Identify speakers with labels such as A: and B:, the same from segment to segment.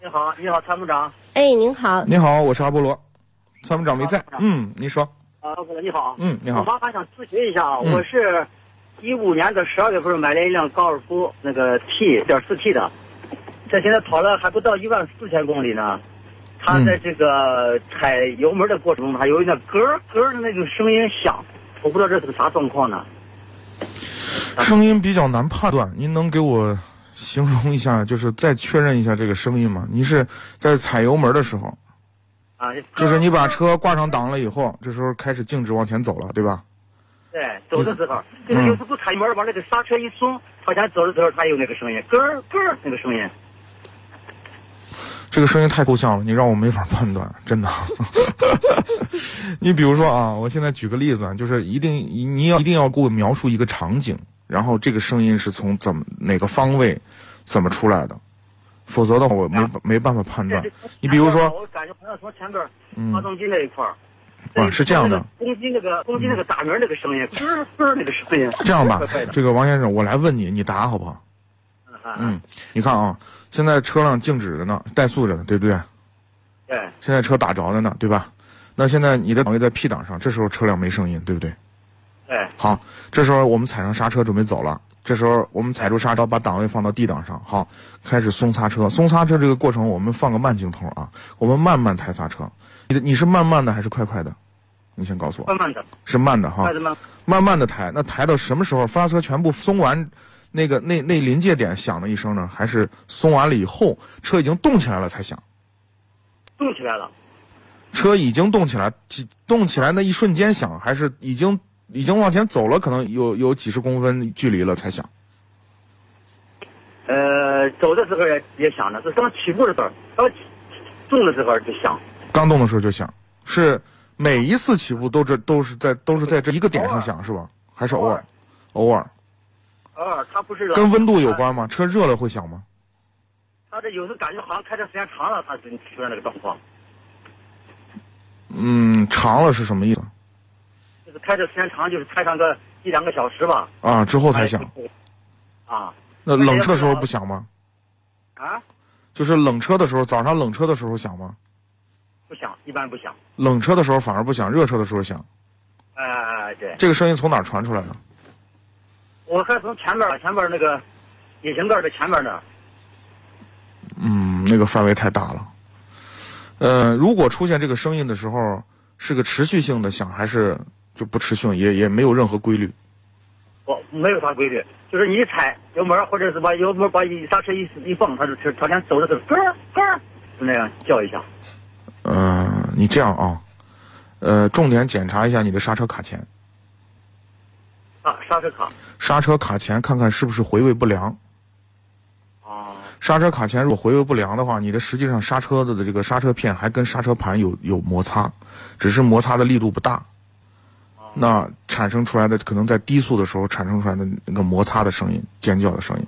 A: 你好，你好，参谋长。
B: 哎，您好，
C: 你好，我是阿波罗，参谋长没在
A: 啊。
C: 嗯，你说，
A: 啊，你好。
C: 嗯你好
A: 我麻烦想咨询一下啊，
C: 嗯
A: 我是一五年的十二月份买了一辆高尔夫，那个 T 点四 T 的，这现在跑了还不到一万四千公里呢。它
C: 嗯
A: 在这个踩油门的过程中，它有一点咯儿咯儿的那种声音响，我不知道这是个啥状况呢。
C: 声音比较难判断，您能给我形容一下， 就是再确认一下这个声音吗？你是在踩油门的时候，
A: 啊，
C: 就是你把车挂上档了以后，这时候开始静止往前走了，对吧？
A: 对，走的时候，
C: 嗯
A: 就是有时候踩油门往那个刹车一松，往前走的时候，它有那个声音，咯儿咯儿那个声音。
C: 这个声音太抽象了，你让我没法判断，真的。 你比如说啊，我现在举个例子啊，就是一定你要一定要给我描述一个场景，然后这个声音是从怎么哪个方位怎么出来的，否则的话我没、没办法判断
A: 这是。
C: 你比如说，
A: 我感觉好像从前边
C: 嗯
A: 发动机那一块儿。
C: 啊是这样的，
A: 公鸡那个公鸡那个打鸣那个声音，咯儿咯儿那个声音。
C: 这样吧
A: 怪怪的，
C: 这个王先生，我来问你，你答好不好？
A: 嗯，
C: 嗯，你看啊，现在车辆静止着呢，怠速着呢，对不对？
A: 对
C: 现在车打着了呢，对吧？那现在你的档位在 P 档上，这时候车辆没声音，对不对？
A: 对
C: 好，这时候我们踩上刹车准备走了。这时候我们踩住刹车，把档位放到 D 档上，好，开始松刹车。松刹车这个过程，我们放个慢镜头啊，我们慢慢抬刹车。你的你是慢慢的还是快快的？你先告诉我，
A: 慢慢的，
C: 是慢的哈。
A: 慢的慢。
C: 慢慢的抬，那抬到什么时候发车全部松完，那个那那临界点响的一声呢？还是松完了以后车已经动起来了才响？
A: 动起来了，
C: 车已经动起来，几动起来那一瞬间响，还是已经已经往前走了，可能有有几十公分距离了才响？
A: 呃，走的时候也也响了，就刚起步的时候，刚起动的时候就响，
C: 刚动的时候就响，是每一次起步都这都是在都是在这一个点上响是吧？还是偶尔？偶尔
A: 偶尔它不是
C: 跟温度有，关吗？车热了会响吗？
A: 它这有时候感觉好像开的时间长了，它就出现那个状况，
C: 嗯，长了是什么意思
A: 就是开的时间长，就是开上个一两个小时吧，哎
C: 啊？之后才响。。
A: 啊
C: 那冷车时候不响吗？
A: 啊，
C: 就是冷车的时候，早上冷车的时候响吗？
A: 不响，一般不响。
C: 冷车的时候反而不响，热车的时候响。
A: 哎，对，
C: 这个声音从哪儿传出来的？
A: 我看从前面前面那个引擎盖的前面那儿，
C: 嗯，那个范围太大了。呃，如果出现这个声音的时候，是个持续性的响，还是就不持续，也也没有任何规律？
A: 我没有啥规律，就是你一踩油门或者是把油门把一刹车一一放，它就它连走的时候咯儿咯儿就那样叫一下。
C: 呃，你这样啊，呃，重点检查一下你的刹车卡钳，
A: 啊，刹车卡。
C: 刹车卡钳看看是不是回位不良。
A: 啊，
C: 刹车卡钳如果回位不良的话，你的实际上刹车的这个刹车片还跟刹车盘有有摩擦，只是摩擦的力度不大，那产生出来的可能在低速的时候产生出来的那个摩擦的声音、尖叫的声音，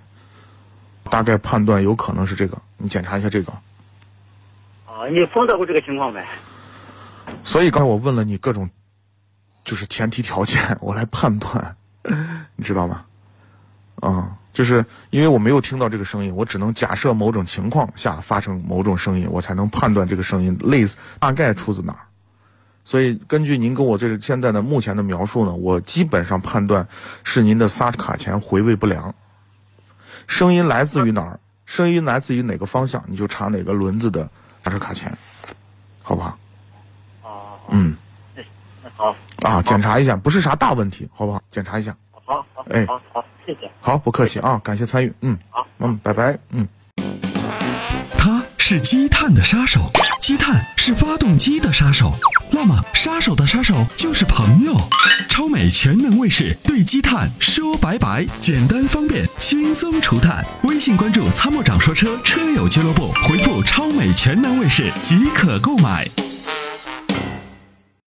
C: 大概判断有可能是这个，你检查一下这个。
A: 啊，你碰到过这个情况没？
C: 所以刚才我问了你各种，就是前提条件，我来判断， 你知道吗？啊、就是因为我没有听到这个声音，我只能假设某种情况下发生某种声音，我才能判断这个声音类似大概出自哪儿。所以根据您跟我这个现在的目前的描述呢，我基本上判断是您的刹车卡钳回位不良，声音来自于哪儿，声音来自于哪个方向，你就查哪个轮子的刹车卡钳，好不好？嗯
A: 那好，
C: 啊，检查一下，不是啥大问题，好不好？检查一下。
A: 好，好，
C: 哎
A: 好好，谢谢。
C: 好，不客气啊，感谢参与，嗯，
A: 好，
C: 嗯，拜拜，嗯。
D: 他是积碳的杀手，积碳是发动机的杀手。那么，杀手的杀手就是朋友。超美全能卫士对积碳说拜拜，简单方便，轻松除碳。微信关注“参谋长说车”车友俱乐部，回复“超美全能卫士”即可购买。